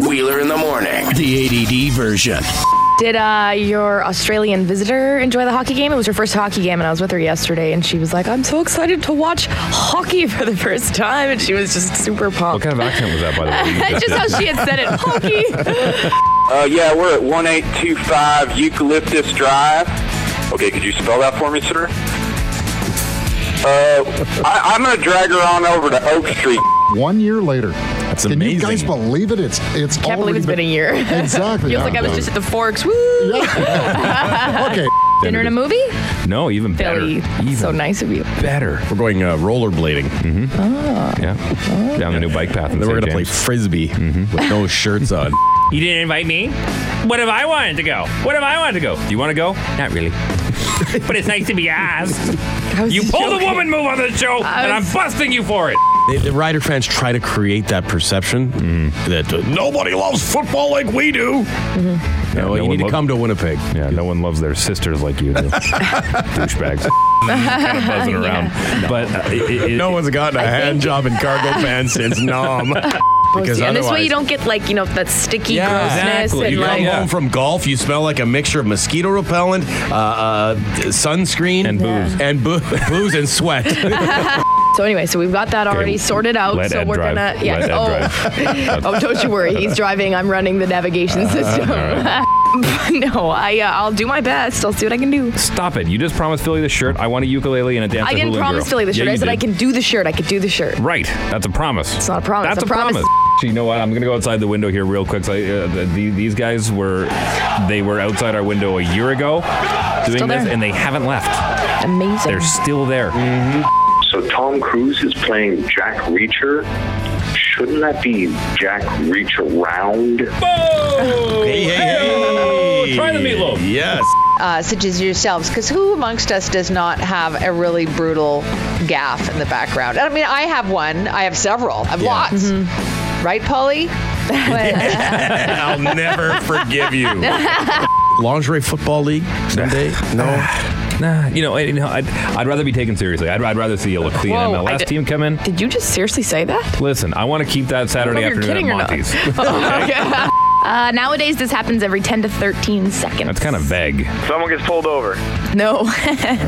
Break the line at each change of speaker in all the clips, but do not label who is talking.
Wheeler in the morning.
The ADD version.
Did uh, your Australian visitor enjoy the hockey game? It was her first hockey game, and I was with her yesterday, and she was like, "I'm so excited to watch hockey for the first time," and she was just super
What
pumped.
kind of accent was that, by the way?
That's just how she had said it. Hockey.
Uh, yeah, we're at 1825 Eucalyptus Drive. Okay, could you spell that for me, sir? Uh, I, I'm going to drag her on over to Oak Street.
One year later.
That's
Can
amazing.
you guys believe it? It's it's
Can't believe
already
it's been a year.
Exactly.
Feels like I was just at the Forks. Woo!
okay.
Dinner and a movie.
No, even better.
Billy,
Even
so nice of you.
better.
We're going uh, rollerblading.
Mm-hmm.
Yeah. Down the new bike path. in
Then we're
St.
gonna play
James.
frisbee with no shirts on.
You didn't invite me? What if I wanted to go? What if I wanted to go? Do you want to go? Not really. but it's nice to be asked.
I was
You
just
pulled a
joking.
woman move on this show, and I'm
was-
busting you for it.
They, the Rider fans try to create that perception that uh, nobody loves football like we do.
Mm-hmm.
No,
no
you
one
need to
lo-
come to Winnipeg.
Yeah, no one loves their sisters like you do. Douchebags. kind of buzzing around. But uh, it, it,
No one's gotten a hand job in cargo pants since Nom. because
and this way
otherwise-
you don't get like you know that sticky grossness
exactly.
and
You
like
come home from golf, you smell like a mixture of mosquito repellent, uh, uh, sunscreen,
And booze.
and boo- booze and sweat.
So anyway, so we've got that already sorted out.
Let
so
Ed
we're
drive.
gonna yeah.
Let Ed
oh. oh, don't you worry. He's driving. I'm running the navigation
Uh,
system. no, I uh, I'll do my best. I'll see what I can do.
Stop it. You just promised Philly the shirt. I want a ukulele and a dance.
I didn't promise Philly the shirt. I said I can do the shirt. I could do the shirt.
Right. That's a promise. It's
not a promise.
That's
I
a promise. You know what? I'm going to go outside the window here real quick. 'cause I, uh, the, the- these guys were, they were outside our window a year ago doing
Still
this,
there. Oh.
and they haven't left.
Amazing.
They're still there.
So Tom Cruise is playing Jack Reacher. Shouldn't that be Jack Reach Around?
hey, hey, hey.
Try the meatloaf.
Yes.
uh, such as yourselves, because who amongst us does not have a really brutal gaff in the background? I mean, I have one. I have several. I have lots. Right, Polly?
I'll never forgive you. Lingerie Football League someday? no.
Nah, you know, I, you know I'd, I'd rather be taken seriously. I'd, I'd rather see a clean
Whoa, I
MLS
did-
team come in.
Did you just seriously say that?
Listen, I want to keep that Saturday
I don't know if you're
afternoon at
kidding Oh.
Monty's.
Uh, nowadays, this happens every 10 to 13 seconds.
That's kind of vague.
Someone gets pulled over.
No.
In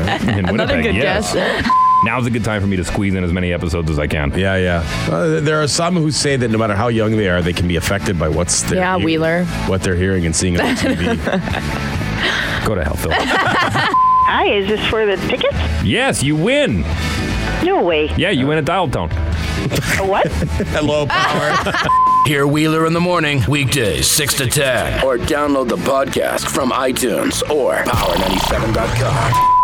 Another
Winnipeg,
good
yes.
guess.
Now's a good time for me to squeeze in as many episodes as I can.
Yeah, yeah. Uh, there are some who say that no matter how young they are, they can be affected by what's their
Yeah, Wheeler.
what they're hearing and seeing on TV.
Go to hell, Phil.
Hi, is this for the tickets?
yes, you win.
No way.
Yeah, you win at Dial Tone.
A what?
Hello, power.
Hear Wheeler in the morning, weekdays 6 to 10. Or download the podcast from iTunes or power97.com.